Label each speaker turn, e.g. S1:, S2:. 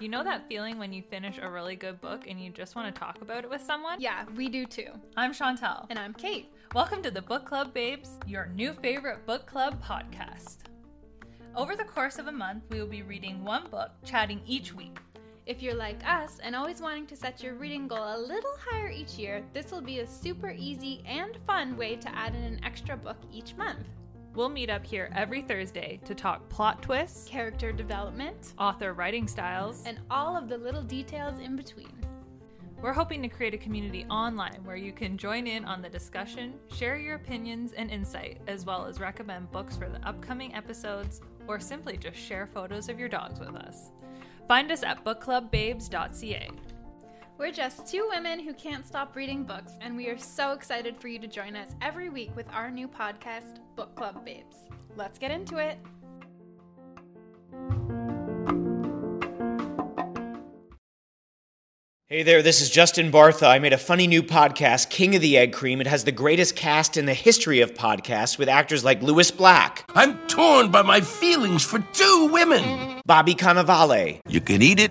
S1: You know that feeling when you finish a really good book and you just want to talk about it with someone?
S2: Yeah, we do too.
S1: I'm Chantel.
S2: And I'm Kate.
S1: Welcome to the Book Club Babes, your new favorite book club podcast. Over the course of a month, we will be reading one book, chatting each week.
S2: If you're like us and always wanting to set your reading goal a little higher each year, this will be a super easy and fun way to add in an extra book each month.
S1: We'll meet up here every Thursday to talk plot twists,
S2: Character development,
S1: author writing styles,
S2: and all of the little details in between.
S1: We're hoping to create a community online where you can join in on the discussion, share your opinions and insight, as well as recommend books for the upcoming episodes, or simply just share photos of your dogs with us. Find us at bookclubbabes.ca.
S2: We're just two women who can't stop reading books, and we are so excited for you to join us every week with our new podcast, Book Club Babes. Let's get into it.
S3: Hey there, this is Justin Bartha. I made a funny new podcast, King of the Egg Cream. It has the greatest cast in the history of podcasts with actors like Louis Black,
S4: I'm torn by my feelings for two women.
S3: Bobby Cannavale,
S5: You can eat it,